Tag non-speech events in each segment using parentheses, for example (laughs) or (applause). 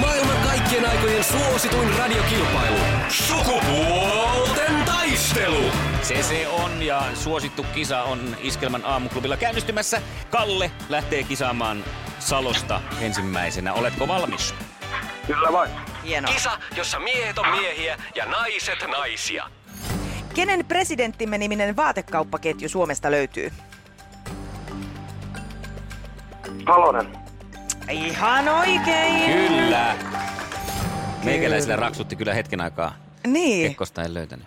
Maailman kaikkien aikojen suosituin radiokilpailu. Sukupuolten taistelu. CC on ja suosittu kisa on Iskelmän aamuklubilla käynnistymässä. Kalle lähtee kisaamaan Salosta ensimmäisenä. Oletko valmis? Kyllä vain. Hienoa. Kisa, jossa miehet on miehiä ja naiset naisia. Kenen presidenttimme niminen vaatekauppaketju Suomesta löytyy? Halonen. Ihan oikein. Kyllä. Meikäläisillä raksutti kyllä hetken aikaa. Niin. Kekkosta en löytänyt.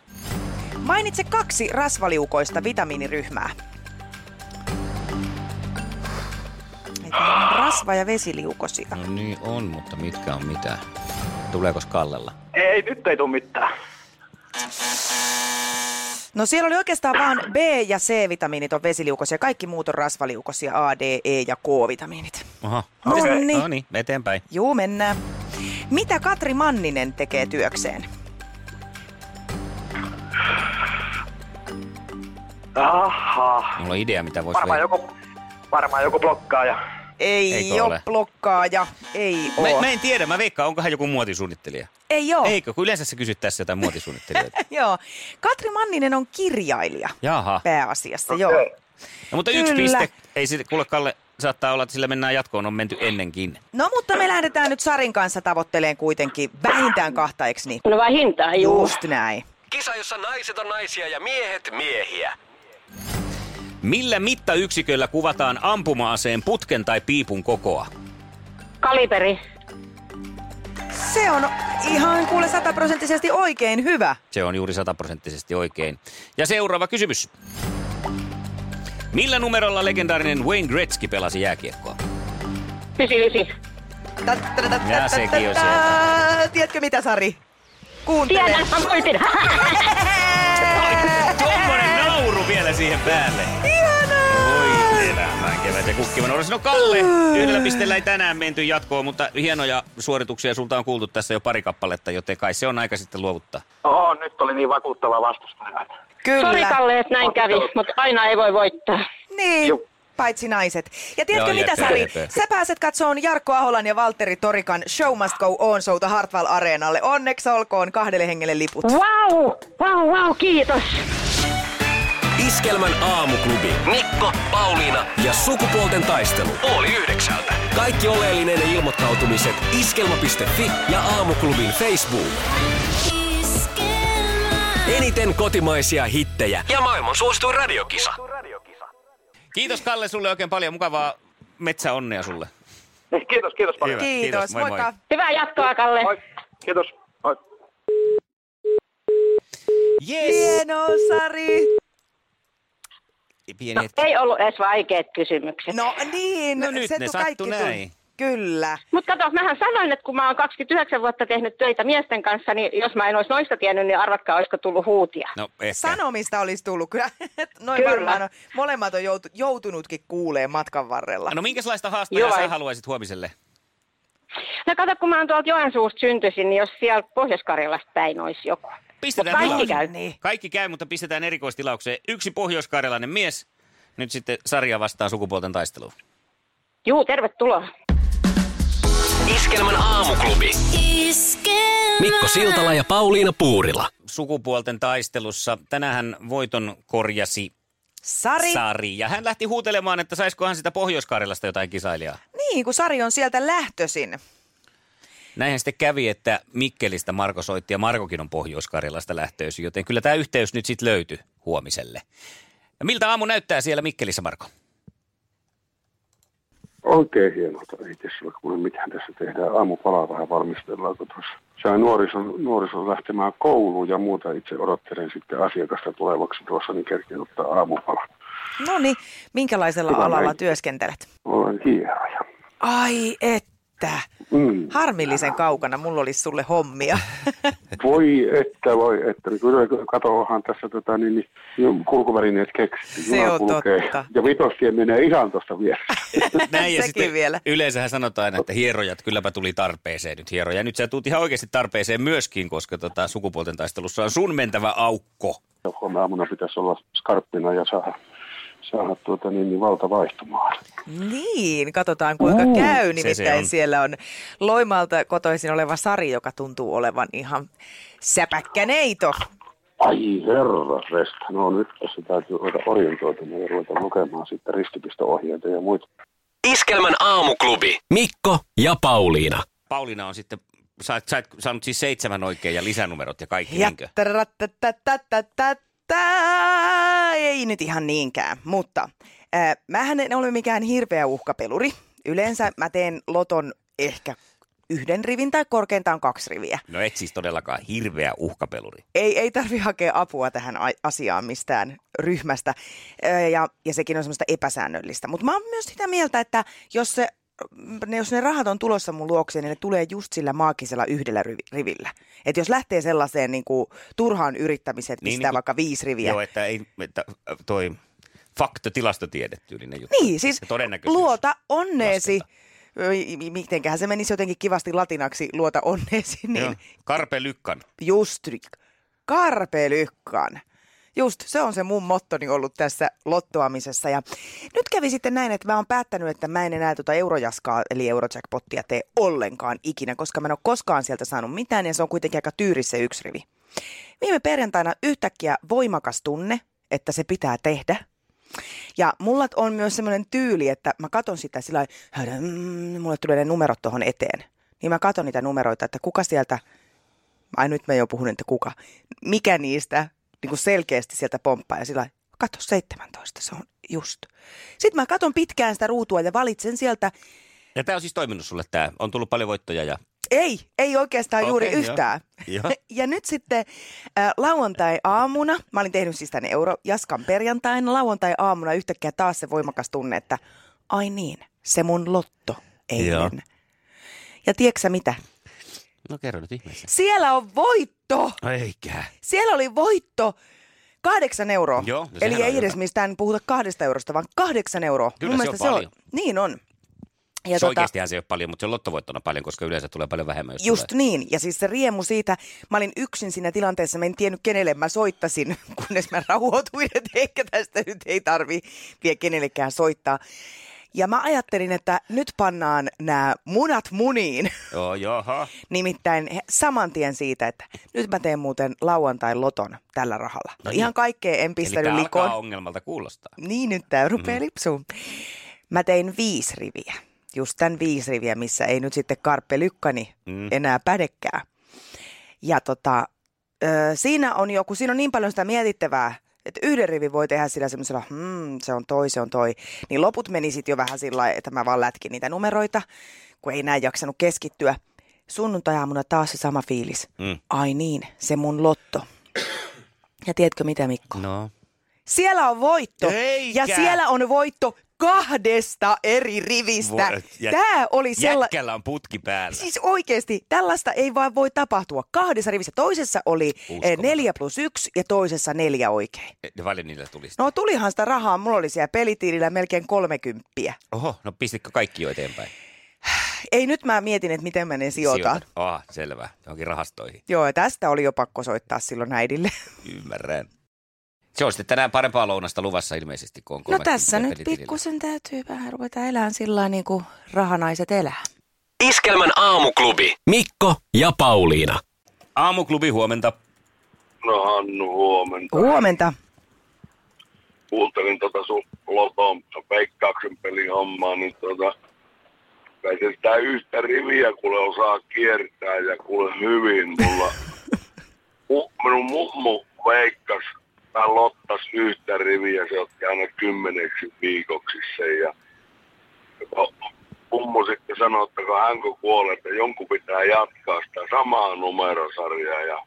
Mainitse kaksi rasvaliukoista vitamiiniryhmää. Että on Rasva- ja vesiliukosia. No niin on, mutta mitkä on mitä? Tuleeko Kallella? Ei, nyt ei tule mitään. No siellä oli oikeastaan vaan B- ja C-vitamiinit on vesiliukosia. Kaikki muut on rasvaliukosia, A, D, E ja K-vitamiinit. Aha. No Okei. niin. No niin, eteenpäin. Juu, mennään. Mitä Katri Manninen tekee työkseen? Aha. Mulla on idea, mitä voisi Varmaan joku, varmaan joku blokkaaja. Ei Eikö ole? ole blokkaaja, ei ole. Mä, mä, en tiedä, mä veikkaan, onkohan joku muotisuunnittelija. Ei ole. Eikö, kun yleensä sä kysyt tässä jotain muotisuunnittelijoita. (laughs) Joo. Katri Manninen on kirjailija Jaha. pääasiassa, joo. Okei. No, mutta yksi Kyllä. piste. Ei siitä, kuule Kalle, saattaa olla, että sillä mennään jatkoon, on menty ennenkin. No mutta me lähdetään nyt Sarin kanssa tavoitteleen kuitenkin vähintään kahta, eiks niin? No vähintään, juu. Just näin. Kisa, jossa naiset on naisia ja miehet miehiä. Millä mittayksiköllä kuvataan ampuma-aseen putken tai piipun kokoa? Kaliberi. Se on ihan kuule sataprosenttisesti oikein hyvä. Se on juuri sataprosenttisesti oikein. Ja seuraava kysymys. Millä numerolla legendaarinen Wayne Gretzky pelasi jääkiekkoa? Ysi, ysi. Ta- ta- ta- ta- Ja ta- sekin ta- on ta- sieltä. Tiedätkö mitä, Sari? Kuuntele. Tiedän, mä voitin. Tuommoinen nauru vielä siihen päälle. Voi elämään kevät ja kukkivan oras. No Kalle, yhdellä pisteellä ei tänään menty jatkoon, mutta hienoja suorituksia sulta on kuultu tässä jo pari kappaletta, joten kai se on aika sitten luovuttaa. Oho, nyt oli niin vakuuttava vastustaja. (laughs) Sori Kyllä. Kalle, että näin kävi, mutta aina ei voi voittaa. Niin, Juu. paitsi naiset. Ja tiedätkö Joo, mitä, jep, Sari? jep, jep. Sä pääset katsoon Jarkko Aholan ja Valtteri Torikan Show Must Go On showta Hartwall Areenalle. Onneksi olkoon kahdelle hengelle liput. Vau, vau, vau, kiitos. Iskelmän aamuklubi. Mikko, Pauliina ja sukupuolten taistelu. Oli yhdeksältä. Kaikki oleellinen ilmoittautumiset iskelma.fi ja aamuklubin Facebook. Eniten kotimaisia hittejä ja maailman suosituin radiokisa. Kiitos Kalle sulle oikein paljon. Mukavaa metsäonnea sulle. Niin, Kiitos, kiitos paljon. Hyvä. Kiitos, Kiitos, moi moi. moikka. Hyvää jatkoa, Kalle. Moi. Kiitos. Moi. Yes. Hieno, Sari. Pieni No, hetki. ei ollut edes vaikeat kysymykset. No niin, No nyt se ne tu- sattu kaikki tu- näin. Kyllä. Mutta kato, mähän sanoin, että kun mä oon 29 vuotta tehnyt töitä miesten kanssa, niin jos mä en olisi noista tiennyt, niin arvatkaa, olisiko tullut huutia. No ehkä. Sanomista olisi tullut kyllä. (laughs) Noin Kyllä. varmaan on. Molemmat on joutu- joutunutkin kuuleen matkan varrella. No minkälaista haastajaa Joo, sä ei. haluaisit huomiselle? No kato, kun mä oon tuolta Joensuusta syntyisin, niin jos siellä Pohjois-Karjalasta päin olisi joku. Pistetään Mut kaikki tilaus. käy. Niin. Kaikki käy, mutta pistetään erikoistilaukseen. Yksi pohjoiskarjalainen mies. Nyt sitten sarja vastaan sukupuolten taisteluun. Juu, tervetuloa. Iskelmän aamuklubi. Mikko Siltala ja Pauliina Puurila. Sukupuolten taistelussa tänään voiton korjasi Sari, Sari. Ja hän lähti huutelemaan, että saisikohan sitä Pohjois-Karjalasta jotain kisailijaa. niin kun Sari on sieltä lähtöisin. Näinhän sitten kävi, että Mikkelistä Marko soitti ja Markokin on Pohjois-Karjalasta lähtöisin, joten kyllä tämä yhteys nyt sitten löytyi huomiselle. Ja miltä aamu näyttää siellä Mikkelissä, (laughs) Marko? Oikein hienolta. Ei tässä ole kuule mitään tässä tehdään. Aamupalaa vähän valmistellaan, kun tuossa sain nuorison, nuorison lähtemään kouluun ja muuta. Itse odottelen sitten asiakasta tulevaksi tuossa, niin kerkeä ottaa aamupala. No niin, minkälaisella Hyvä alalla näin. työskentelet? Olen hieroja. Ai että. että. Mm. Harmillisen kaukana mulla olisi sulle hommia. (laughs) Voi että, voi että. Niin Kyllä katoahan tässä tota, niin, niin, ju- kulkuvälineet keksitty. Se Juna on kulkee. totta. Ja vitostie menee ihan tuosta vieressä. ja Sekin sitten vielä. Yleensähän sanotaan aina, että hierojat kylläpä tuli tarpeeseen nyt hieroja. Nyt sä tuut ihan oikeasti tarpeeseen myöskin, koska tota, sukupuolten taistelussa on sun mentävä aukko. Ja Huomenna aamuna pitäisi olla skarppina ja saada, saada tuota, niin, niin, valta vaihtumaan. Niin, katsotaan kuinka mm, käy. Nimittäin se on. se siellä on Loimaalta kotoisin oleva Sari, joka tuntuu olevan ihan säpäkkäneito. Ai herra, resta. No nyt tässä täytyy ruveta orientoitumaan ja ruveta lukemaan sitten ristipistoohjeita ja muita. Iskelmän aamuklubi. Mikko ja Pauliina. Pauliina on sitten, sä, oot- sä et saanut siis seitsemän oikein ja lisänumerot ja kaikki, Ja niinkö? taratatatata. ei nyt ihan niinkään, mutta äh, mähän en ole mikään hirveä uhkapeluri. Yleensä mä teen loton ehkä yhden rivin tai korkeintaan kaksi riviä. No et siis todellakaan hirveä uhkapeluri. ei, ei tarvi hakea apua tähän ai- asiaan mistään ryhmästä. Öö, Ja, ja sekin on semmoista epäsäännöllistä. Mutta mä oon myös sitä mieltä, että jos, se, ne, jos ne rahat on tulossa mun luokseen, niin ne tulee just sillä maagisella yhdellä rivi- rivillä. Et jos lähtee sellaiseen niin kuin, turhaan yrittämiseen, että Niin, pistää niin kuin- vaikka viisi riviä. Joo, että ei, että äh, toi fakto tilastotiedettyylinen juttu. Niin, siis Se todennäköisyys. luota onneesi. Öö, i- i- Mitenköhän se menisi jotenkin kivasti latinaksi, luota onneesi, niin Joo. Karpe Lykkan. Just karpelykkaan. Just, se on se mun mottoni ollut tässä lottoamisessa. Ja nyt kävi sitten näin, että mä oon päättänyt, että mä en enää tuota eurojaskaa, eli eurojackpottia tee ollenkaan ikinä, koska mä en ole koskaan sieltä saanut mitään ja se on kuitenkin aika tyyris se yksi rivi. Viime perjantaina yhtäkkiä voimakas tunne, että se pitää tehdä. Ja mulla on myös semmoinen tyyli, että mä katon sitä sillä lailla, "Hmm", mulle tulee ne numerot tuohon eteen. Niin mä katon niitä numeroita, että kuka sieltä ai nyt mä jo puhun, että kuka, mikä niistä niin kuin selkeästi sieltä pomppaa ja sillä lailla, katso 17, se on just. Sitten mä katon pitkään sitä ruutua ja valitsen sieltä, Ja tämä on siis toiminut sulle tämä. On tullut paljon voittoja (laughs) ja... ei, ei oikeastaan Okei, juuri joo. yhtään. Joo. (laughs) Ja nyt sitten äh, lauantai-aamuna, mä olin tehnyt siis tänne Eurojaskan perjantaina, lauantai-aamuna yhtäkkiä taas se voimakas tunne, että ai niin, se mun lotto eilen. Joo. Ja tiedätkö mitä? No kerro nyt (laughs) ihmeessä. Siellä on voitto! Eikä. Siellä oli voitto kahdeksan euroa. Joo, no sehän Eli on ei edes hyvä. mistään niin puhuta kahdesta eurosta, vaan kahdeksan euroa. Kyllä se on paljon. Niin on. Ja se tota... oikeastihan se ei ole paljon, mutta se on lottovoittona paljon, koska yleensä tulee paljon vähemmän. Jos Just tulee. niin. Ja siis se riemu siitä, mä olin yksin siinä tilanteessa, mä en tiennyt kenelle mä soittasin, (laughs) kunnes mä rauhoituin, että ehkä tästä nyt ei tarvi vielä kenellekään soittaa. Ja mä ajattelin, että nyt pannaan nämä munat muniin. Joo, jaha. Nimittäin he- saman tien siitä, että nyt mä teen muuten lauantain loton tällä rahalla. No No, ihan niin. kaikkea en Eli pistänyt tämä likoon. alkaa Mm. ongelmalta kuulostaa. Niin, nyt tämä rupeaa lipsuun. Mä tein viisi riviä. Just tämän viisi riviä, missä ei nyt sitten Karppe Lykkani Mm. mm. enää pädekään. Ja tota, ö, siinä on joku, siinä on niin paljon sitä mietittävää, että yhden rivin voi tehdä sillä semmoisella, hmm, se on toi, se on toi. Niin loput meni sitten jo vähän sillä lailla, että mä vaan lätkin niitä numeroita, kun ei näin jaksanut keskittyä. Sunnuntai-aamuna taas se sama fiilis. Mm. Ai niin, se mun lotto. Ja tiedätkö mitä, Mikko? No. Siis Siellä on voitto. Eikä. Ja siellä on voitto kahdesta eri rivistä. Voi- jä- Tämä oli sellainen... Jätkällä on putki päällä. Siis oikeasti, tällaista ei vaan voi tapahtua. Kahdessa rivissä toisessa oli Uskomatonta. 4 plus 1 ja toisessa neljä oikein. Ne paljon niillä tuli sitten. No tulihan sitä rahaa, mulla oli siellä pelitiilillä melkein 30. Oho, no pistitkö kaikki jo eteenpäin? Ei nyt mä mietin, että miten mä ne sijoitan. Sijoitat. Ah, selvä. Johonkin rahastoihin. Joo, ja tästä oli jo pakko soittaa silloin äidille. Ymmärrän. Se on sitten tänään parempaa lounasta luvassa ilmeisesti, kun on No 30 tässä nyt pelitilillä. pikkusen täytyy vähän ruveta elämään sillä lailla, niin kuin rahanaiset elää. Iskelmän aamuklubi. Mikko ja Pauliina. Aamuklubi huomenta. No Hannu, huomenta. Huomenta. Kuuntelin tota sun loton veikkauksen pelihommaa, niin tota, kai se sitä yhtä riviä kuule osaa kiertää ja kuule hyvin mulla. Mu, minun mummu veikkas, mä lottas yhtä riviä, se otti aina kymmeneksi viikoksi sen ja No, mummo sitten sanoi, että kun hän kun kuolee, että jonkun pitää jatkaa sitä samaa numerosarjaa. Ja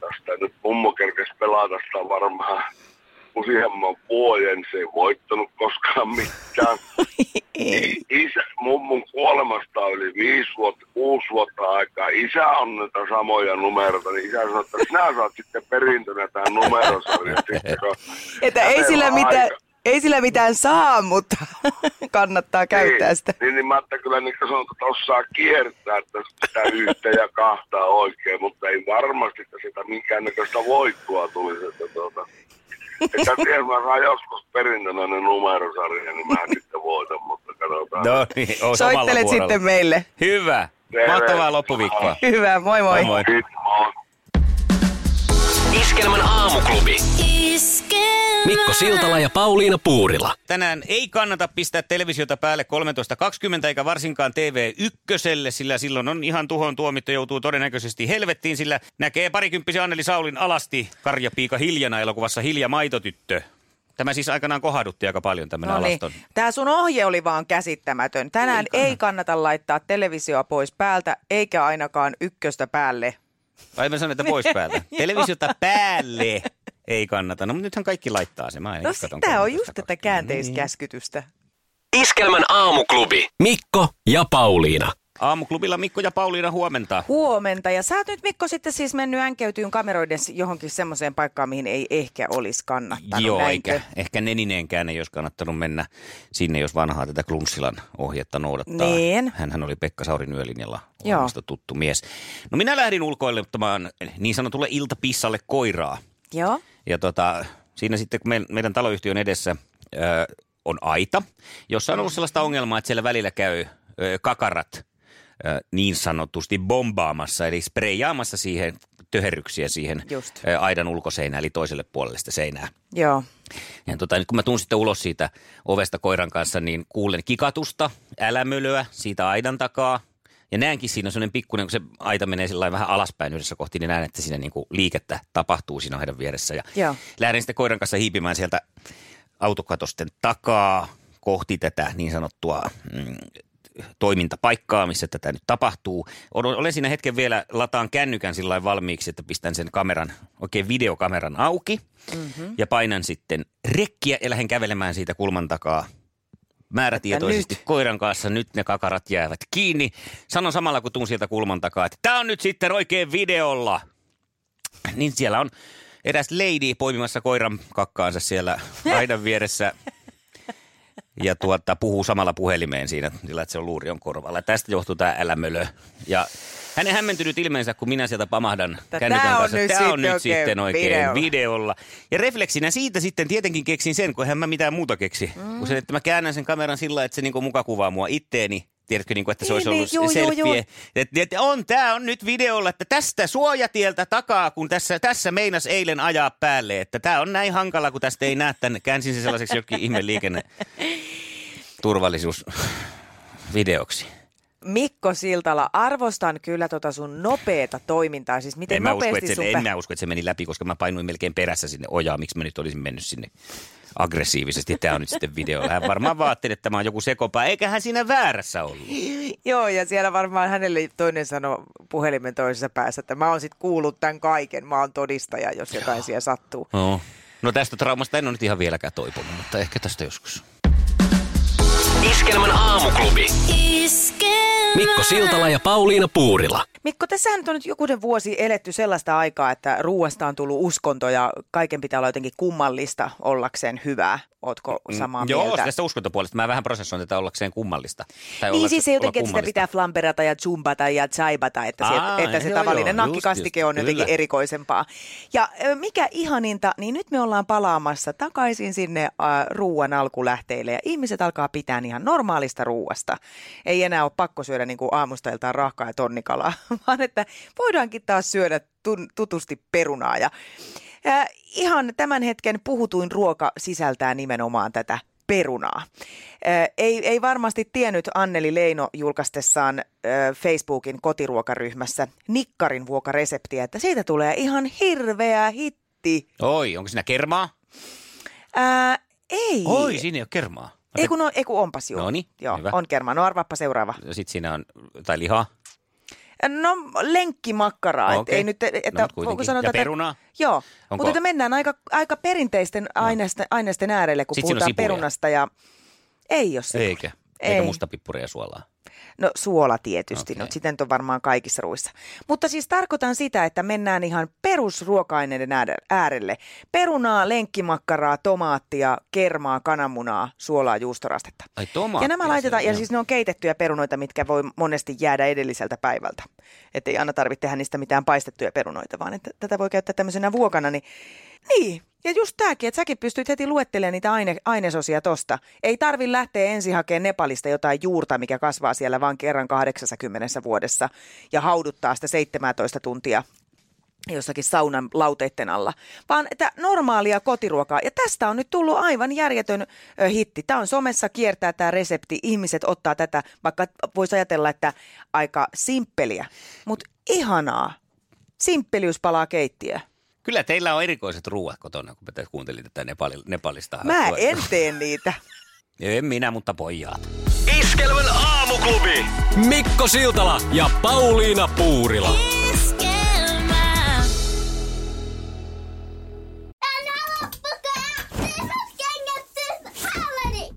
tästä nyt mummo kerkesi pelata sitä varmaan useamman vuoden. Se ei voittanut koskaan mitään. (laughs) Ei. Niin Isä, mummun kuolemasta on yli viisi vuotta, kuusi vuotta aikaa. Isä on näitä samoja numeroita, niin isä sanoi, että sinä saat sitten perintönä tämän numerosarjan. (laughs) Sitten kun Että ei hänellä sillä, on mitään, aika. ei sillä mitään saa, mutta (laughs) kannattaa käyttää niin, sitä. Niin, niin mä ajattelin kyllä niin sanoin, että osaa kiertää että sitä yhtä ja kahta oikein, mutta ei varmasti että sitä minkäännäköistä voittoa tulisi. Että, tuota, että tiedä, mä saan joskus perintönä ne numerosarja, niin mä sitten voitan, mutta katsotaan. No niin, on samalla Soittelet vuorolla. sitten meille. Hyvä. Mahtavaa loppuviikkoa. Hyvä, moi Moi moi. moi. Sitten mä oon Iskelmän aamuklubi. Mikko Siltala ja Pauliina Puurila. Tänään ei kannata pistää televisiota päälle 13.20 eikä varsinkaan TV1, sillä silloin on ihan tuhon tuomittu joutuu todennäköisesti helvettiin, sillä näkee parikymppisen Anneli Saulin alasti Karjapiika hiljana elokuvassa Hilja maitotyttö. Tämä siis aikanaan kohdutti aika paljon tämmöinen No no niin. alaston. Tämä sun ohje oli vaan käsittämätön. Tänään Niin. ei, kannata laittaa televisioa pois päältä, eikä ainakaan ykköstä päälle. Ai mä sanon, että pois (laughs) päältä. Televisiota päälle ei kannata. No mutta nythän kaikki laittaa se. Mä ainakin No katon Niin. sitä on 13.20. just tätä käänteiskäskytystä. Iskelmän aamuklubi. Mikko ja Pauliina. Mm. Aamuklubilla Mikko ja Pauliina huomenta. Huomenta. Ja sä oot nyt Mikko sitten siis mennyt änkeytyyn kameroiden johonkin semmoiseen paikkaan, mihin ei ehkä olisi kannattanut. Joo, näinkö? eikä, ehkä nenineenkään ei olisi kannattanut mennä sinne, jos vanhaa tätä Klunssilan ohjetta noudattaa. Niin. Hänhän oli Pekka Saurin yölinjalla Joo. Joo. tuttu mies. No minä lähdin ulkoilemaan niin sanotulle iltapissalle koiraa. Joo. Ja tota, siinä sitten, kun me, meidän taloyhtiön edessä ö, on aita, jossa on ollut sellaista ongelmaa, että siellä välillä käy ö, kakarat ö, niin sanotusti bombaamassa, eli spreijaamassa siihen töherryksiä siihen Just. ö, aidan ulkoseinään, eli toiselle puolelle sitä seinää. Joo. Ja tota, nyt kun mä tuun sitten ulos siitä ovesta koiran kanssa, niin kuulen kikatusta, älämölöä siitä aidan takaa. Ja näenkin siinä sellainen pikkuinen, kun se aita menee sillä vähän alaspäin yhdessä kohti, niin näen, että siinä niin kuin liikettä tapahtuu siinä aidan vieressä. Ja Joo. lähden sitten koiran kanssa hiipimään sieltä autokatosten takaa kohti tätä niin sanottua mm, toimintapaikkaa, missä tätä nyt tapahtuu. Olen olen siinä hetken vielä, lataan kännykän sillä lailla valmiiksi, että pistän sen kameran, oikein videokameran auki mm-hmm. ja painan sitten rekkiä ja lähden kävelemään siitä kulman takaa määrätietoisesti nyt. koiran kanssa. Nyt ne kakarat jäävät kiinni. Sanon samalla, kun tuun sieltä kulman takaa, että tämä on nyt sitten oikein videolla. Niin siellä on eräs lady poimimassa koiran kakkaansa siellä aidan vieressä ja tuota, puhuu samalla puhelimeen siinä, sillä että se on luuri on korvalla. Tästä johtuu tämä älämölö. Ja hänen hämmentynyt ilmeensä, kun minä sieltä pamahdan Tää kännykän on kanssa. nyt Tämä on sitten nyt oikein sitten oikein videolla. videolla. videolla. Ja refleksinä siitä sitten tietenkin keksin sen, kun eihän mä mitään muuta keksi. Mm. Kun sen, että mä käännän sen kameran sillä lailla, että se niinku muka kuvaa mua itteeni. Tiedätkö, niinku, että se Niin, olisi niin, ollut juu, juu, selfie. juu. Että, että on, tämä on nyt videolla, että tästä suojatieltä takaa, kun tässä, tässä meinas eilen ajaa päälle. Että tämä on näin hankala, kun tästä ei näe tänne. Käänsin sen sellaiseksi jokin ihme (laughs) liikenne turvallisuusvideoksi. Mikko Siltala, arvostan kyllä tota sun nopeeta toimintaa. Siis miten En mä, usko, nopeasti että sun se, en pä- mä usko, että se meni läpi, koska mä painuin melkein perässä sinne ojaa. Miksi mä nyt olisin mennyt sinne aggressiivisesti? Tämä on nyt sitten video. Hän varmaan vaatteli, että tämä on joku sekopää. Eiköhän siinä väärässä ollut. Joo, ja siellä varmaan hänelle toinen sanoi puhelimen toisessa päässä, että mä oon sit kuullut tämän kaiken, mä oon todistaja, jos jotain siellä sattuu. No, no tästä traumasta en ole nyt ihan vieläkään toipunut, mutta ehkä tästä joskus. Iskelmän aamuklubi. Mikko Siltala ja Pauliina Puurila. Mikko, tässä nyt on nyt jokunen vuosi eletty sellaista aikaa, että ruuasta on tullut uskonto ja kaiken pitää olla jotenkin kummallista ollakseen hyvää. Ootko samaa Mm, Joo, mieltä? tästä uskontopuolesta. Mä vähän prosessoin tätä ollakseen kummallista. Tai Niin olla- siis se jotenkin, olla että sitä kummallista. pitää flamberata ja zumbata ja zaibata, että se, Aa, että se joo, tavallinen joo, nakkikastike just, on just, jotenkin kyllä. erikoisempaa. Ja ö, mikä ihaninta, niin nyt me ollaan palaamassa takaisin sinne äh, ruuan alkulähteille ja ihmiset alkaa pitää ihan normaalista ruuasta. Ei enää ole pakko syödä niin kuin aamusta iltaan rahkaa ja tonnikalaa, (laughs) vaan että voidaankin taas syödä tun- tutusti perunaa. Ja, äh, ihan tämän hetken puhutuin ruoka sisältää nimenomaan tätä perunaa. Äh, ei, ei varmasti tiennyt Anneli Leino julkaistessaan äh, Facebookin kotiruokaryhmässä Nikkarin vuokareseptiä, että siitä tulee ihan hirveä hitti. Oi, onko siinä kermaa? Ää, ei. Oi, siinä ei ole kermaa. ei kun, on, ei kun onpas juu. No niin, Joo, hyvä. on kerma. No arvaappa seuraava. Sitten siinä on, tai lihaa. No lenkkimakkaraa. Okay. Okei. Ei nyt, että, No, mut kuitenkin. sanoa Ja perunaa? Joo, Onko- mutta että mennään aika, aika perinteisten aineisten, aineisten äärelle, kun Sit siinä on puhutaan sipulia. perunasta. Ja... Ei jos Eikä. Eikä Ei. mustapippuria ja suolaa. No suola tietysti, okay. Okei. no sitä nyt on varmaan kaikissa ruissa. Mutta siis tarkoitan sitä, että mennään ihan perusruoka-aineiden ääre- äärelle. Perunaa, lenkkimakkaraa, tomaattia, kermaa, kananmunaa, suolaa, juustorastetta. Ai tomaattia. Ja nämä laitetaan, siellä, ja joo. siis ne on keitettyjä perunoita, mitkä voi monesti jäädä edelliseltä päivältä. Että ei aina tarvitse tehdä niistä mitään paistettuja perunoita, vaan että tätä voi käyttää tämmöisenä vuokana. Niin, niin. ja just tämäkin, että säkin pystyt heti luettelemaan niitä aine, ainesosia tosta. Ei tarvi lähteä ensin hakemaan Nepalista jotain juurta, mikä kasvaa siellä vaan kerran 80 vuodessa ja hauduttaa sitä 17 tuntia jossakin saunan lauteitten alla, vaan että normaalia kotiruokaa. Ja tästä on nyt tullut aivan järjetön ö, hitti. Tämä on somessa kiertää tämä resepti. Ihmiset ottaa tätä, vaikka voisi ajatella, että aika simppeliä, mutta ihanaa. Simppeliys palaa keittiöön. Kyllä teillä on erikoiset ruuat kotona, kun mä tässä kuuntelin tätä Nepali, Nepalista. Mä haettua. en tee niitä. en minä, mutta pojat. Iskelmän aamuklubi. Mikko Siltala ja Pauliina Puurila. Iskelmää. Älä loppukaan! This is kengät, this is holiday!